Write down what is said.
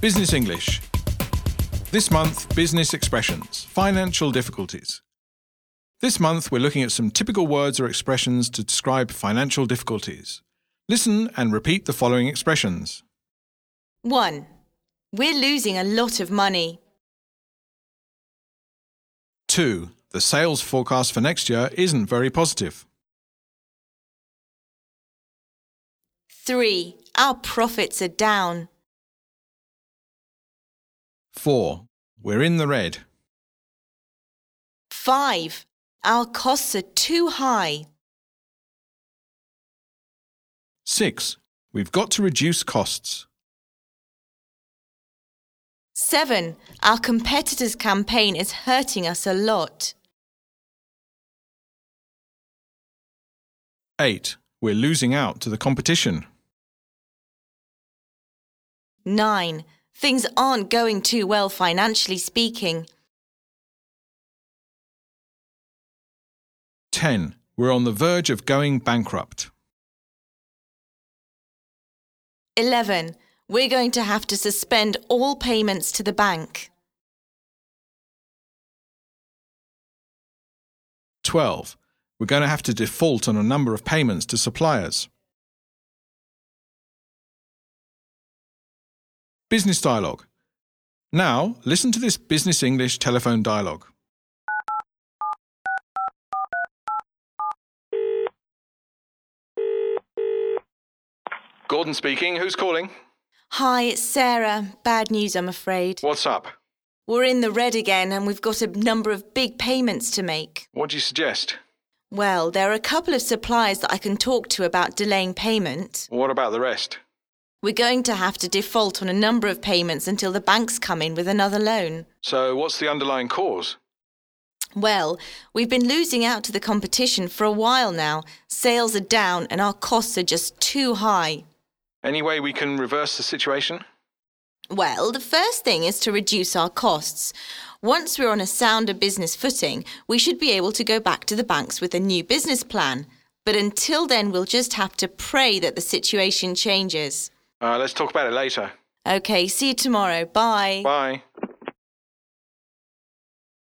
Business English. This month, business expressions, financial difficulties. This month, we're looking at some typical words or expressions to describe financial difficulties. Listen and repeat the following expressions 1. We're losing a lot of money. 2. The sales forecast for next year isn't very positive. 3. Our profits are down. 4. We're in the red. 5. Our costs are too high. 6. We've got to reduce costs. 7. Our competitors' campaign is hurting us a lot. 8. We're losing out to the competition. 9. Things aren't going too well financially speaking. 10. We're on the verge of going bankrupt. 11. We're going to have to suspend all payments to the bank. 12. We're going to have to default on a number of payments to suppliers. Business dialogue. Now, listen to this Business English telephone dialogue. Gordon speaking. Who's calling? Hi, it's Sarah. Bad news, I'm afraid. What's up? We're in the red again and we've got a number of big payments to make. What do you suggest? Well, there are a couple of suppliers that I can talk to about delaying payment. What about the rest? We're going to have to default on a number of payments until the banks come in with another loan. So, what's the underlying cause? Well, we've been losing out to the competition for a while now. Sales are down and our costs are just too high. Any way we can reverse the situation? Well, the first thing is to reduce our costs. Once we're on a sounder business footing, we should be able to go back to the banks with a new business plan. But until then, we'll just have to pray that the situation changes. Uh, let's talk about it later. Okay, see you tomorrow. Bye. Bye.